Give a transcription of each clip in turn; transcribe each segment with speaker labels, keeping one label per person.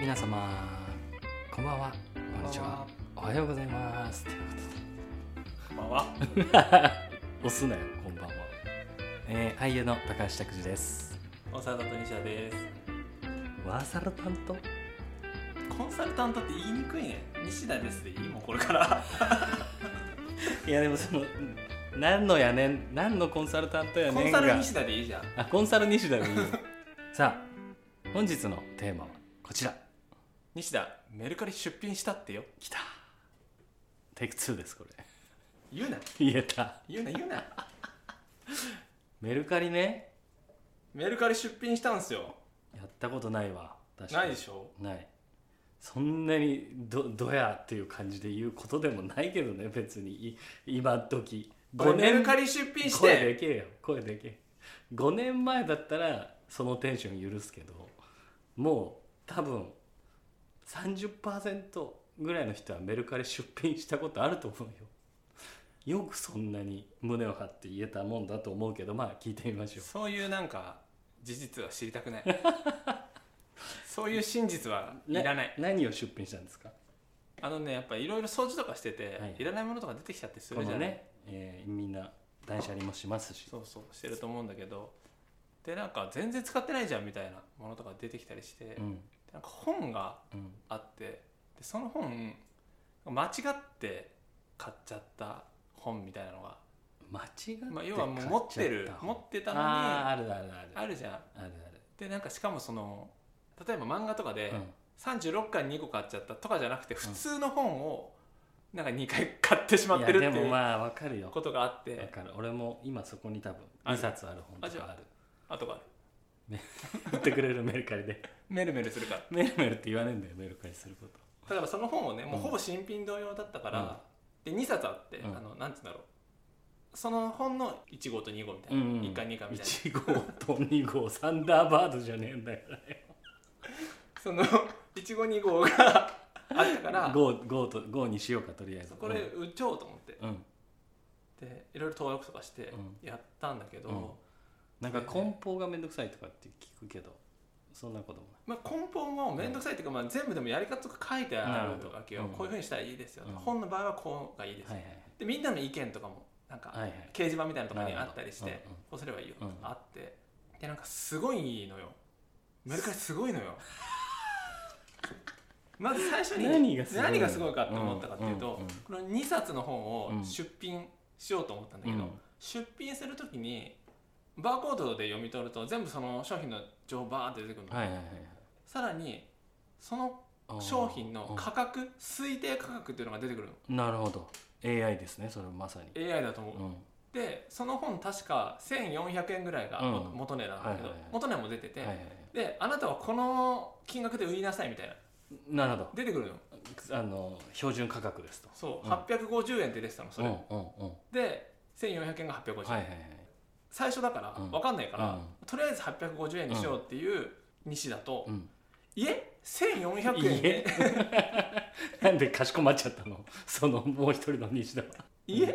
Speaker 1: 皆様こんばんはこんにちはおはようございますということで
Speaker 2: こんばんは。
Speaker 1: 押すなよこんばんは、えー、俳優の高橋拓司です
Speaker 2: コンサルタント西田です。
Speaker 1: ワーサル担当
Speaker 2: コンサルタントって言いにくいね。西田ですでいいもんこれから。
Speaker 1: いやでもその何のやねん何のコンサルタントや
Speaker 2: コ
Speaker 1: ね
Speaker 2: ン
Speaker 1: んが
Speaker 2: サル西田でいいじゃん。
Speaker 1: あコンサル西田でいいよ さあ本日のテーマはこちら
Speaker 2: 西田メルカリ出品したってよ。
Speaker 1: きたテイク2ですこれ
Speaker 2: 言うな
Speaker 1: 言えた
Speaker 2: 言うな言うな。
Speaker 1: メルカリね
Speaker 2: メルカリ出品したんすよ。
Speaker 1: やったことないわ確か
Speaker 2: ない
Speaker 1: に
Speaker 2: でしょ。
Speaker 1: ないそんなにどどやっていう感じで言うことでもないけどね別にい今時
Speaker 2: これメルカ
Speaker 1: リ
Speaker 2: リ出品し
Speaker 1: 声で
Speaker 2: て
Speaker 1: けえよ声でけえ5年前だったらそのテンション許すけどもう多分30%ぐらいの人はメルカリ出品したことあると思うよよくそんなに胸を張って言えたもんだと思うけどまあ聞いてみましょう
Speaker 2: そういうなんか事実は知りたくない。 そういう真実はい
Speaker 1: ね
Speaker 2: らない。
Speaker 1: 何を出品したんですか
Speaker 2: あのねやっぱいろいろ掃除とかしてて、
Speaker 1: はい
Speaker 2: い、らないものとか出てきちゃってす
Speaker 1: こ
Speaker 2: るじゃ
Speaker 1: の
Speaker 2: ない。
Speaker 1: ね、えーみんな断捨離もしますし
Speaker 2: そうそうしてると思うんだけどでなんか全然使ってないじゃんみたいなものとか出てきたりして、
Speaker 1: うん
Speaker 2: なんか本が
Speaker 1: うん
Speaker 2: あってでその本間違って買っちゃった本みたいなのが、
Speaker 1: 間違って
Speaker 2: まあ、要はもう持ってる持ってたのに
Speaker 1: ああー
Speaker 2: あ
Speaker 1: あるあるある
Speaker 2: るじゃん
Speaker 1: ある
Speaker 2: でなんかしかもその例えば漫画とか
Speaker 1: あ
Speaker 2: で
Speaker 1: る、うん
Speaker 2: 36巻2個買っちゃったとかじゃなくて普通の本をなんか2回買ってしまってるっ
Speaker 1: い
Speaker 2: て
Speaker 1: やでも
Speaker 2: いう
Speaker 1: まあわかるよ
Speaker 2: ことがあっ
Speaker 1: わ
Speaker 2: て
Speaker 1: かる俺も今そこに多分
Speaker 2: あ
Speaker 1: 2
Speaker 2: る
Speaker 1: 冊ある本とかある
Speaker 2: あとがある
Speaker 1: 売ってくれるメルカ リで
Speaker 2: メルメルするから
Speaker 1: メルメルって言わねえんだよメルカリすること
Speaker 2: だからその本をねもううんほぼ新品同様だったから、で2冊あって、
Speaker 1: うん
Speaker 2: あのなんつうんだろうその本の1号と2号みたいな、1巻2巻みたいな
Speaker 1: 1号と2号サンダーバードじゃねえんだから
Speaker 2: その1号2号が あったから
Speaker 1: 5と5にしようかとりあえず
Speaker 2: これ売っちゃおうと思って
Speaker 1: うん、うん
Speaker 2: でいろいろ登録とかして
Speaker 1: うん
Speaker 2: やったんだけど、
Speaker 1: うんなんか梱包がめんどくさいとかって聞くけどそんなこともない
Speaker 2: まあ、根本も面倒くさいっていうか、まあ、全部でもやり方とか書いてあるとか
Speaker 1: なるほど
Speaker 2: 今日こういうふうにしたらいいですよ、
Speaker 1: うん
Speaker 2: 本の場合はこうがいいですよ、
Speaker 1: はいはいはい
Speaker 2: でみんなの意見とかもなんか、
Speaker 1: はいはい
Speaker 2: 掲示板みたいなところにあったりして、
Speaker 1: なるほどうんうん
Speaker 2: こうすればいいよ、
Speaker 1: うん
Speaker 2: あってでなんかすごいのよメルカリすごいのよ まず最初に
Speaker 1: 何がすごいの
Speaker 2: 何がすごいかって思ったかっていうと、
Speaker 1: うんうんうん
Speaker 2: この2冊の本
Speaker 1: う
Speaker 2: を
Speaker 1: ん
Speaker 2: 出品しようと思ったんだけど、
Speaker 1: うん
Speaker 2: 出品するときにバーコードで読み取ると全部その商品の情報バーって出てくるの、
Speaker 1: はいはいはい
Speaker 2: さらにその
Speaker 1: はい
Speaker 2: 商品の
Speaker 1: うん
Speaker 2: 価格、推定価格っていうのが出てくるの
Speaker 1: なるほど AI ですねそれまさに、
Speaker 2: AI だと思う、
Speaker 1: うん、
Speaker 2: でその本確か1400円ぐらいが
Speaker 1: うん
Speaker 2: 元値なんだけど、
Speaker 1: はいはいはい
Speaker 2: 元値も出てて、
Speaker 1: はいはいはい
Speaker 2: であなたはこの金額で売りなさいみたいな
Speaker 1: なるほど
Speaker 2: 出てくるの
Speaker 1: あの標準価格ですと
Speaker 2: そう、
Speaker 1: うん
Speaker 2: 850円って出てたのそれ、
Speaker 1: うんうんうん
Speaker 2: で1400円が850円、
Speaker 1: はいはいはい
Speaker 2: 最初だから
Speaker 1: うん
Speaker 2: 分かんないから、
Speaker 1: うん
Speaker 2: とりあえず850円にしようっていう西だと、
Speaker 1: うん
Speaker 2: いえ1400円
Speaker 1: 家
Speaker 2: で
Speaker 1: なんでかしこまっちゃったの そのもう一人の西田はい
Speaker 2: え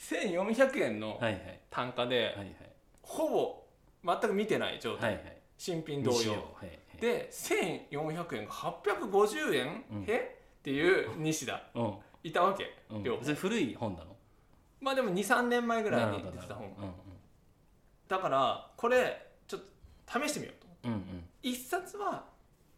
Speaker 2: 1400円の
Speaker 1: はいはい
Speaker 2: 単価で、
Speaker 1: はいはい
Speaker 2: ほぼ全く見てない状
Speaker 1: は
Speaker 2: 態、
Speaker 1: いはい
Speaker 2: 新品同
Speaker 1: 西
Speaker 2: 様
Speaker 1: をはいはい
Speaker 2: で1400円が850円、
Speaker 1: うん
Speaker 2: えっていう西田
Speaker 1: う
Speaker 2: いたわけ、
Speaker 1: ん
Speaker 2: 両
Speaker 1: うん
Speaker 2: 方
Speaker 1: それ古い本なの
Speaker 2: まあでも23年前ぐらい
Speaker 1: なる
Speaker 2: に
Speaker 1: ほ
Speaker 2: 出
Speaker 1: ど
Speaker 2: て
Speaker 1: な
Speaker 2: た
Speaker 1: るほ
Speaker 2: 本
Speaker 1: ど
Speaker 2: だからこれちょっと試してみようと
Speaker 1: うんうんうん
Speaker 2: 1冊は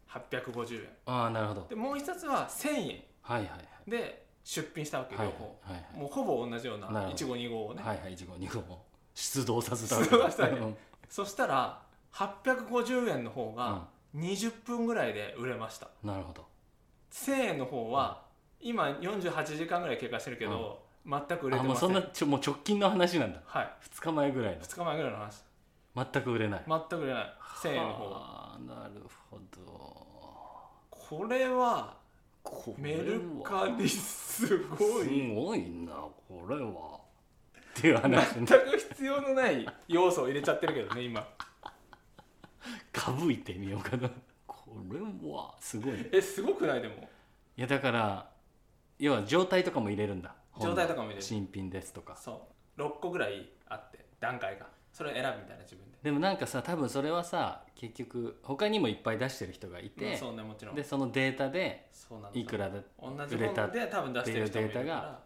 Speaker 2: 850円
Speaker 1: ああなるほど
Speaker 2: でもう1冊は1000円
Speaker 1: はいはいはい
Speaker 2: で出品したわけ
Speaker 1: はい
Speaker 2: 両
Speaker 1: はい
Speaker 2: 方、
Speaker 1: はいはい
Speaker 2: もうほぼ同じような
Speaker 1: なるほど
Speaker 2: 1号2号をね、
Speaker 1: はいはい1号2号も出動させたわけ
Speaker 2: 出動させたわけ
Speaker 1: うん
Speaker 2: そしたら850円の方が20分ぐらいで売れました
Speaker 1: なるほど
Speaker 2: 1000円の方は今48時間ぐらい経過してるけど、全く売れ
Speaker 1: あ
Speaker 2: てま
Speaker 1: もう
Speaker 2: せ
Speaker 1: そ
Speaker 2: ん
Speaker 1: んなちょもう直近の話なんだ
Speaker 2: はい
Speaker 1: 2日前ぐらい
Speaker 2: 2日前ぐらいの話
Speaker 1: の全く売れない
Speaker 2: 全く売れない1000円の方は
Speaker 1: あーなるほど
Speaker 2: これは
Speaker 1: こ
Speaker 2: メル
Speaker 1: リ
Speaker 2: カリすごい
Speaker 1: すごいなこれはっていう話
Speaker 2: 全
Speaker 1: に
Speaker 2: く必要のない要素を入れちゃってるけどね今
Speaker 1: かぶいてみようかなこれはすごいね
Speaker 2: えすごくないでも
Speaker 1: いやだから要は状態とかも入れるんだ
Speaker 2: 状態とかも入れる
Speaker 1: 新品ですとか
Speaker 2: そう6個ぐらいあって段階がそれを選ぶみたいな自分で
Speaker 1: でもなんかさ多分それはさ結局他にもいっぱい出してる人がいて、
Speaker 2: まあそうねもちろん
Speaker 1: でそのデータで
Speaker 2: そうなんだ
Speaker 1: いくらだ
Speaker 2: 同じ
Speaker 1: 売れた
Speaker 2: 本で多分出してる人もいるか
Speaker 1: っていうデータ
Speaker 2: ら
Speaker 1: が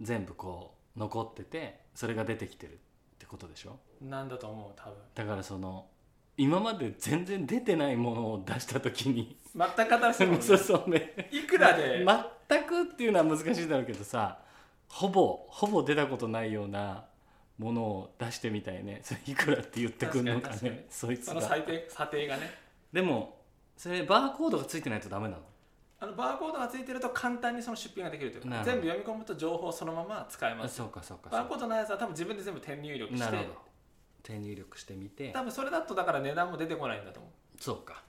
Speaker 1: 全部こう残っててそれが出てきてるってことでしょ
Speaker 2: なんだと思う多分
Speaker 1: だからその今まで全然出てないものを出した時に
Speaker 2: 全く新しいもんね
Speaker 1: そうそうね
Speaker 2: いくらで、
Speaker 1: 全くっていうのは難しいだろうけどさほぼほぼ出たことないようなものを出してみたいねそれいくらって言ってくんのか
Speaker 2: 確かに確か
Speaker 1: ねそいつ
Speaker 2: その
Speaker 1: が
Speaker 2: 最低査定がね
Speaker 1: でもそれバーコードがついてないとダメなの
Speaker 2: あのバーコードがついてると簡単にその出品ができるというか
Speaker 1: なるほど
Speaker 2: 全部読み込むと情報そのまま使え
Speaker 1: あ
Speaker 2: ます
Speaker 1: そうかそうかそ
Speaker 2: バー
Speaker 1: う
Speaker 2: コードのやつは多分自分で全部点入力
Speaker 1: か
Speaker 2: し
Speaker 1: な
Speaker 2: て
Speaker 1: るほど手入力してみて
Speaker 2: 多分それだとだから値段も出てこないんだと思う
Speaker 1: そうか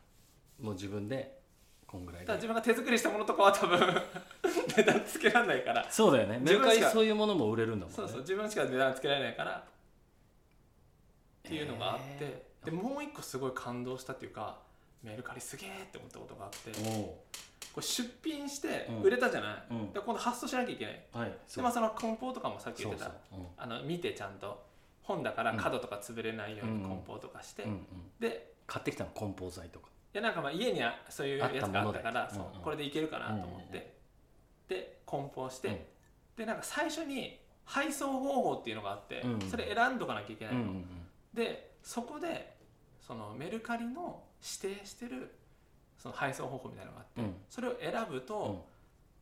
Speaker 1: もう自分でこんぐらい
Speaker 2: ただ
Speaker 1: で
Speaker 2: 自分が手作りしたものとかは多分 値段つけられないから
Speaker 1: そうだよねメ
Speaker 2: 自
Speaker 1: ル
Speaker 2: 分しか
Speaker 1: カリそういうものも売れるんだもんね
Speaker 2: そうそう自分しか値段つけられないからっていうのがあって、
Speaker 1: え
Speaker 2: でもう一個すごい感動したっていうかメルカリすげえって思ったことがあって
Speaker 1: ーお
Speaker 2: これ出品して
Speaker 1: うん
Speaker 2: 売れたじゃない、
Speaker 1: うん
Speaker 2: で今度発送しなきゃいけない
Speaker 1: ーはい
Speaker 2: でまあその梱包とかもさっき
Speaker 1: そ
Speaker 2: 言っ
Speaker 1: う
Speaker 2: て
Speaker 1: そ
Speaker 2: た
Speaker 1: ううん
Speaker 2: あの見てちゃんと本だから角とか潰れないように梱包とかして、
Speaker 1: うんうん
Speaker 2: で
Speaker 1: 買ってきたの梱包材とか
Speaker 2: いやなんかまあ家にあそういうやつがあったから
Speaker 1: あったも
Speaker 2: そう
Speaker 1: のでうんうん
Speaker 2: これでいけるかなと思って、
Speaker 1: うん
Speaker 2: で梱包して、
Speaker 1: うん
Speaker 2: でなんか最初に配送方法っていうのがあって、
Speaker 1: うん
Speaker 2: それ選んどかなきゃいけない
Speaker 1: うん
Speaker 2: の、
Speaker 1: うんうん
Speaker 2: でそこでそのメルカリの指定してるその配送方法みたいなのがあって、
Speaker 1: うん
Speaker 2: それを選ぶと、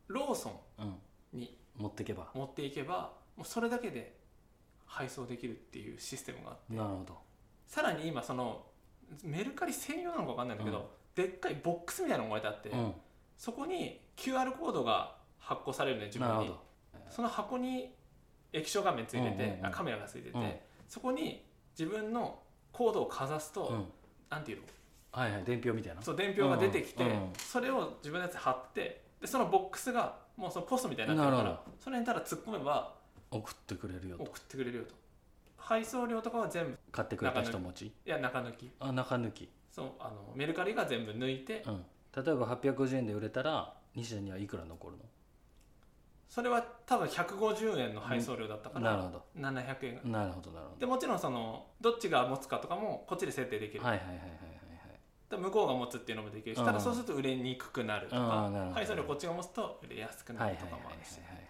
Speaker 2: ローソ
Speaker 1: うん
Speaker 2: ンに
Speaker 1: 持ってけば
Speaker 2: 持っていけばもうそれだけで配送できるっていうシステムがあって
Speaker 1: なるほど
Speaker 2: さらに今そのメルカリ専用なのか分かんないんだけど、でっかいボックスみたいなのが置いてあって、
Speaker 1: う
Speaker 2: そこに QR コードが発行されるね自
Speaker 1: んなる
Speaker 2: 分
Speaker 1: ほ
Speaker 2: に
Speaker 1: ど
Speaker 2: その箱に液晶画面ついてて、
Speaker 1: うんうんうん
Speaker 2: あカメラがついてて、
Speaker 1: うん
Speaker 2: そこに自分のコードをかざすと、
Speaker 1: うん
Speaker 2: なんていうの
Speaker 1: はいはい伝票みたいな
Speaker 2: そう伝票が出てきて、
Speaker 1: うんうん
Speaker 2: それを自分のやつに貼ってでそのボックスがもうそのポストみたいになってるか
Speaker 1: なる
Speaker 2: らそれにただ突っ込めば
Speaker 1: 送ってくれるよと
Speaker 2: 送ってくれるよと配送料とかは全部い
Speaker 1: 買ってくれた人持ち
Speaker 2: や中抜き
Speaker 1: あ中抜き
Speaker 2: そうあのメルカリが全部抜いて
Speaker 1: うん例えば850円で売れたら西田にはいくら残る
Speaker 2: それは多分150円の配送料だったか
Speaker 1: のなる
Speaker 2: ら
Speaker 1: ほど
Speaker 2: 700円が
Speaker 1: なるほどなるほ
Speaker 2: でもちろんそのどっちが持つかとかもこっちで設定できる、
Speaker 1: どはいはいはいはい
Speaker 2: で向こうが持つっていうのもできるし、
Speaker 1: うん
Speaker 2: ただそうすると売れにくくなると
Speaker 1: う
Speaker 2: か
Speaker 1: んなるほど
Speaker 2: 配送料こっちが持つと売れやすく
Speaker 1: はいはいはいは
Speaker 2: ないると
Speaker 1: はい
Speaker 2: かもあるし、
Speaker 1: はいはい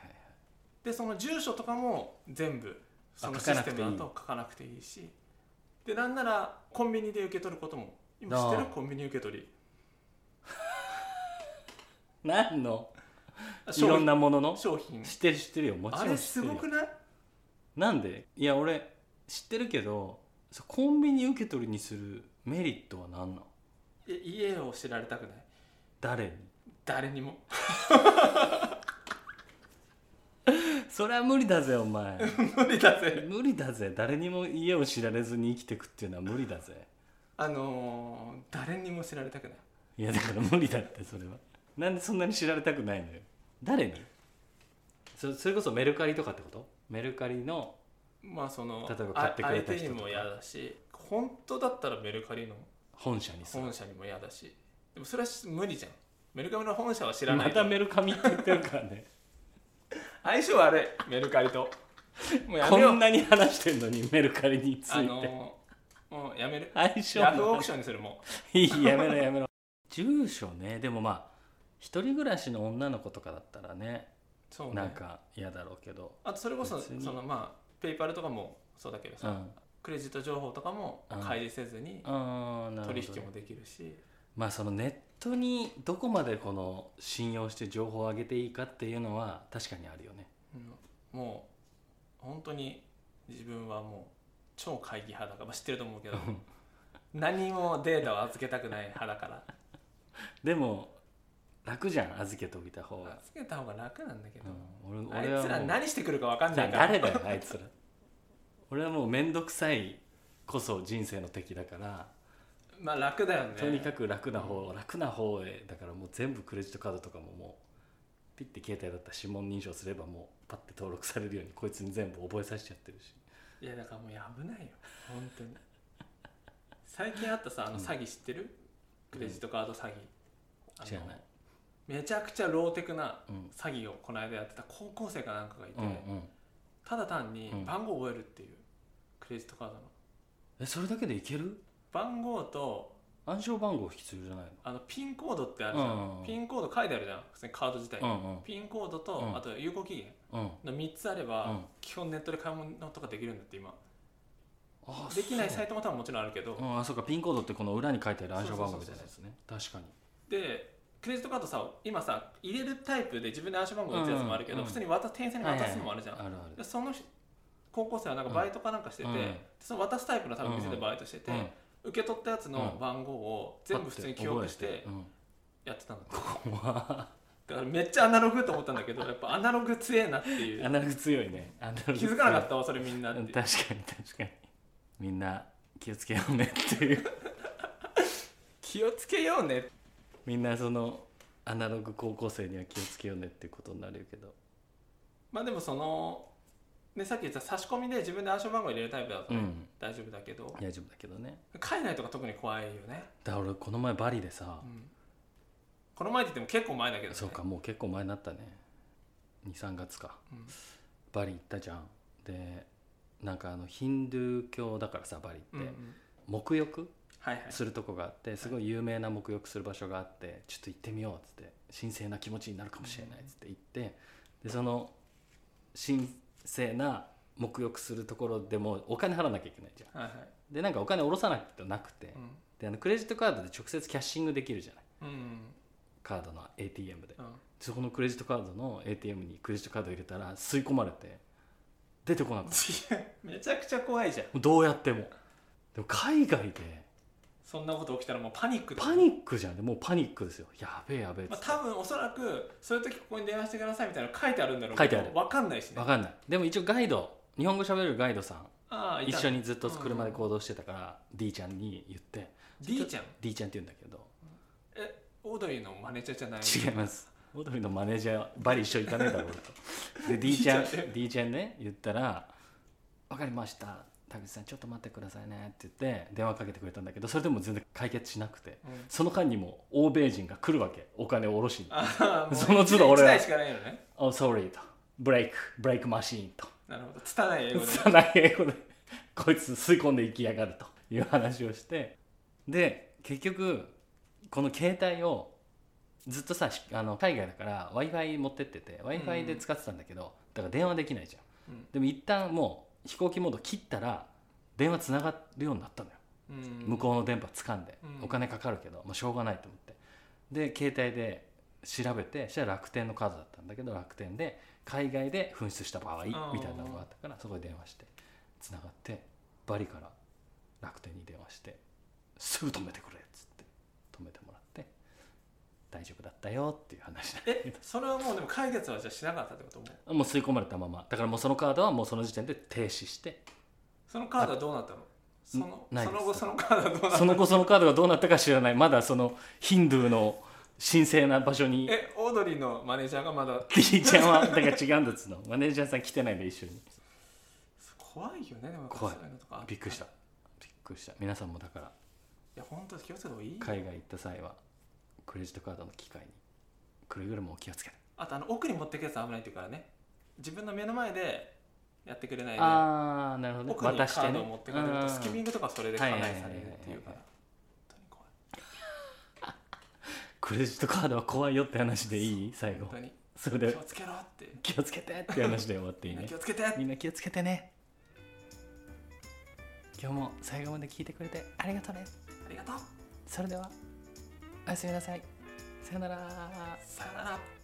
Speaker 2: でその住所とかも全部その
Speaker 1: 書か
Speaker 2: シ
Speaker 1: な
Speaker 2: ス
Speaker 1: くて
Speaker 2: テ
Speaker 1: いい
Speaker 2: ムだと書かなくていいしでなんならコンビニで受け取ることも今知ってる
Speaker 1: あー
Speaker 2: コンビニ受け取り
Speaker 1: 何のい
Speaker 2: 商
Speaker 1: ろん
Speaker 2: 品
Speaker 1: なものの
Speaker 2: 商品
Speaker 1: 知ってる知ってるよもち
Speaker 2: あ
Speaker 1: ろん
Speaker 2: れ
Speaker 1: 知
Speaker 2: す
Speaker 1: ってる
Speaker 2: ご
Speaker 1: よ
Speaker 2: くない
Speaker 1: なんでいや俺知ってるけどそコンビニ受け取りにするメリットは何なの
Speaker 2: いや家を知られたくない
Speaker 1: 誰に
Speaker 2: 誰にも
Speaker 1: それは無理だぜお前
Speaker 2: 無理だぜ
Speaker 1: 無理だぜ誰にも家を知られずに生きてくっていうのは無理だぜ
Speaker 2: あのー誰にも知られたくない
Speaker 1: いやだから無理だってそれはなんでそんなに知られたくないのよ誰にそそれこそメルカリとかってことメルカリの
Speaker 2: まあその
Speaker 1: 例えば買ってくれた人と
Speaker 2: あ相手
Speaker 1: か
Speaker 2: にも嫌だし本当だったらメルカリの
Speaker 1: 本社にする
Speaker 2: 本社にも嫌だしでもそれは無理じゃんメルカリの本社は知らな
Speaker 1: ま
Speaker 2: いと
Speaker 1: たメルカミって言ってるからね
Speaker 2: 相性悪いメルカリ ともうや
Speaker 1: こ
Speaker 2: めよ
Speaker 1: ん
Speaker 2: う
Speaker 1: なに話してんのにメルカリについて、
Speaker 2: あのーもうやめる
Speaker 1: 相性
Speaker 2: ヤフー
Speaker 1: の
Speaker 2: オ
Speaker 1: 話
Speaker 2: ークションにするも
Speaker 1: いいやめろやめろ住所ねでもまあ一人暮らしの女の子とかだったらね
Speaker 2: うそう、ね、
Speaker 1: なんか嫌だろうけど
Speaker 2: あとそれこそ
Speaker 1: 別に
Speaker 2: そのまあペイパルとかもそうだけど
Speaker 1: う
Speaker 2: さ、
Speaker 1: ん
Speaker 2: クレジット情報とかも
Speaker 1: うん
Speaker 2: 開示せずに
Speaker 1: あーなるほどね
Speaker 2: 取引もできるし、
Speaker 1: まあそのネットにどこまでこの信用して情報を上げていいかっていうのは確かにあるよね
Speaker 2: うんもう本当に自分はもう超会議派だから、まあ、知ってると思うけど何もデータを預けたくない派だ から
Speaker 1: でも楽じゃん預けておいた方が、
Speaker 2: 預けた方が楽なんだけど、
Speaker 1: うん、
Speaker 2: あ
Speaker 1: 俺
Speaker 2: いつら
Speaker 1: 俺はもう
Speaker 2: 何してくるか分かんないから
Speaker 1: 誰だよあいつら俺はもう面倒くさいこそ人生の敵だから
Speaker 2: まあ楽だよね
Speaker 1: とにかく楽な方、楽な方へだからもう全部クレジットカードとかももうピッて携帯だったら指紋認証すればもうパッて登録されるようにこいつに全部覚えさせちゃってるし
Speaker 2: いやだからもう危ないよ本当に最近あったさあの詐欺知ってる、クレジットカード詐欺あの
Speaker 1: 知らない、
Speaker 2: めちゃくちゃローテクな
Speaker 1: うん、
Speaker 2: 詐欺をこの間やってた高校生かなんかがいて、
Speaker 1: うんうん
Speaker 2: ただ単に
Speaker 1: うん
Speaker 2: 番号を覚えるっていう、クレジットカードの
Speaker 1: えそれだけでいける
Speaker 2: 番号と
Speaker 1: 暗証番号必要じゃない
Speaker 2: あのピンコードってあるじゃ
Speaker 1: うんうん
Speaker 2: ん、
Speaker 1: うん
Speaker 2: ピンコード書いてあるじゃん普通にカード自体に、
Speaker 1: のうんうん
Speaker 2: ピンコードと、
Speaker 1: うん
Speaker 2: あと有効期限
Speaker 1: うん
Speaker 2: の3つあれば、
Speaker 1: うん
Speaker 2: 基本ネットで買い物とかできるんだって今
Speaker 1: あ
Speaker 2: できない
Speaker 1: そ
Speaker 2: サ
Speaker 1: う
Speaker 2: イトも多分もちろんあるけど、
Speaker 1: うん、あそうかピンコードってこの裏に書いてある暗証番号みたいなやつね確かに
Speaker 2: でクレジットカードさ今さ入れるタイプで自分で暗証番号打つやつもあるけど、
Speaker 1: うんうん
Speaker 2: 普通に渡す店員さんに渡すのもあるじゃん、
Speaker 1: はいはいはいある
Speaker 2: でその人高校生はなんかバイトかなんかしてて、
Speaker 1: うんうん
Speaker 2: その渡すタイプの多分店でバイトしてて、
Speaker 1: ある、うん
Speaker 2: 受け取ったやつの番号を全部普通に記憶し
Speaker 1: パッ
Speaker 2: て
Speaker 1: 覚
Speaker 2: やってたんだって
Speaker 1: えてうん怖
Speaker 2: だからめっちゃアナログと思ったんだけ どやっぱアナログ強えなってい
Speaker 1: いア
Speaker 2: う
Speaker 1: ナログ強いねアナログ
Speaker 2: 気
Speaker 1: 強い
Speaker 2: づかなかったわそれみんなっ
Speaker 1: うん
Speaker 2: て
Speaker 1: 確かに確かにみんな気をつけようねっていう
Speaker 2: 気をつけようね
Speaker 1: みんなそのアナログ高校生には気をつけようねっていうことになるけど
Speaker 2: まあでもその、ね、さっき言った差し込みで自分で暗証番号入れるタイプだと
Speaker 1: う
Speaker 2: ね、
Speaker 1: ん
Speaker 2: 大丈夫だけど
Speaker 1: 大丈夫だけどね
Speaker 2: 海外とか特に怖いよね、
Speaker 1: だから俺この前バリでさ
Speaker 2: うんこの前って言っても結構前だけど、ね、
Speaker 1: そうかもう結構前になったね23月か
Speaker 2: うん
Speaker 1: バリ行ったじゃんでなんかあのヒンドゥー教だからさバリって、
Speaker 2: うんうん
Speaker 1: 沐浴
Speaker 2: はいはい
Speaker 1: するとこがあってすごい有名な沐浴する場所があってちょっと行ってみようっつって神聖な気持ちになるかもしれないっつって行ってでその神聖な沐浴するところでもお金払わなきゃいけないじゃん
Speaker 2: はいはい
Speaker 1: でなんかお金下ろさなくてなくてであのクレジットカードで直接キャッシングできるじゃない
Speaker 2: うんうん
Speaker 1: カードの ATM で
Speaker 2: うん
Speaker 1: そこのクレジットカードの ATM にクレジットカード入れたら吸い込まれて出てこなかった
Speaker 2: うんめちゃくちゃ怖いじゃん
Speaker 1: どうやってもでも海外で
Speaker 2: そんなこと起きたらもうパニックだ
Speaker 1: パニックじゃんもうパニックですよやべえやべえっつ
Speaker 2: ま
Speaker 1: っ
Speaker 2: あ、
Speaker 1: て
Speaker 2: 多分おそらくそういう時ここに電話してくださいみたいなの書いてあるんだろう
Speaker 1: 書いてある
Speaker 2: 分かんないしね
Speaker 1: わかんないでも一応ガイド日本語喋れるガイドさん
Speaker 2: ああいた
Speaker 1: 一緒にずっと車で行動してたから D ちゃんに言って
Speaker 2: D ちゃん
Speaker 1: D ちゃんって言うんだけど
Speaker 2: オードリーのマネージャーじゃない
Speaker 1: 違いますオードリーのマネージャーバリ一緒行かねえだろう とで D ちゃん
Speaker 2: D ちゃん
Speaker 1: D ちゃんね言ったら「分かりました田口さんちょっと待ってくださいね」って言って電話かけてくれたんだけどそれでも全然解決しなくて
Speaker 2: うん
Speaker 1: その間にも欧米人が来るわけお金を下ろしに
Speaker 2: ああ
Speaker 1: その都度俺は
Speaker 2: 1台しかないのね
Speaker 1: 「Oh sorry」と「ブレイクブレイクマシーン」と
Speaker 2: なるほど拙い英語で
Speaker 1: 拙い英語でこいつ吸い込んでいきやがるという話をしてで結局この携帯をずっとさしあの海外だから w i f i 持ってってて w i f i で使ってたんだけど、だから電話できないじゃん、
Speaker 2: うん
Speaker 1: でも一旦もう飛行機モード切ったら電話つながるようになったのよ、向
Speaker 2: 向
Speaker 1: こうの電波掴んで、
Speaker 2: うん
Speaker 1: お金かかるけど、まあ、しょうがないと思ってで携帯で調べてしたら楽天のカードだったんだけど楽天で海外で紛失した場合み
Speaker 2: ー
Speaker 1: たいなのがあったからそこで電話してつながってバリから楽天に電話してすぐ止めてくれっつって止めてもらって大丈夫だったよっていう話だ
Speaker 2: えそれはもうでも解決はじゃあしなかったってこともう
Speaker 1: もう吸い込まれたままだからもうそのカードはもうその時点で停止 して
Speaker 2: そのカードはどうなったのその
Speaker 1: ない
Speaker 2: そ
Speaker 1: です
Speaker 2: の後そのカードはどうなった
Speaker 1: そ
Speaker 2: の
Speaker 1: の後そのカードがどうなったか知らないまだそのヒンドゥーの神聖な場所 に
Speaker 2: えオードリーのマネージャーがまだ
Speaker 1: D ちゃんはだから違うんだっつうのマネージャーさん来てないで一緒に
Speaker 2: 怖いよねでも
Speaker 1: 怖い
Speaker 2: そううのとか
Speaker 1: びっくりした
Speaker 2: い
Speaker 1: びっくりした皆さんもだから
Speaker 2: や本当気をつけた方がいいよ
Speaker 1: 海外行った際はクレジットカードの機械にくれぐれもお気をつけて
Speaker 2: あとあの奥に持ってくやつは危ないっていうからね自分の目の前でやってくれないで
Speaker 1: ああなるほどね
Speaker 2: 奥にカ
Speaker 1: 渡して
Speaker 2: ード
Speaker 1: ね
Speaker 2: を持ってかれるとスキミングとかそれでかなりされるっていうか
Speaker 1: はいはいはいはい
Speaker 2: ら本
Speaker 1: クレジットカードは怖いよって話でいい最後
Speaker 2: 当に
Speaker 1: それ
Speaker 2: 怖い
Speaker 1: で
Speaker 2: 本当に気をつけろって
Speaker 1: 気をつけてって話で終わってい
Speaker 2: み
Speaker 1: い
Speaker 2: んな
Speaker 1: ね
Speaker 2: 気をつけて
Speaker 1: みんな気をつけてね今日も最後まで聞いてくれてありがとうね
Speaker 2: ありがとう
Speaker 1: それではおやすみなさいさよなら
Speaker 2: さよなら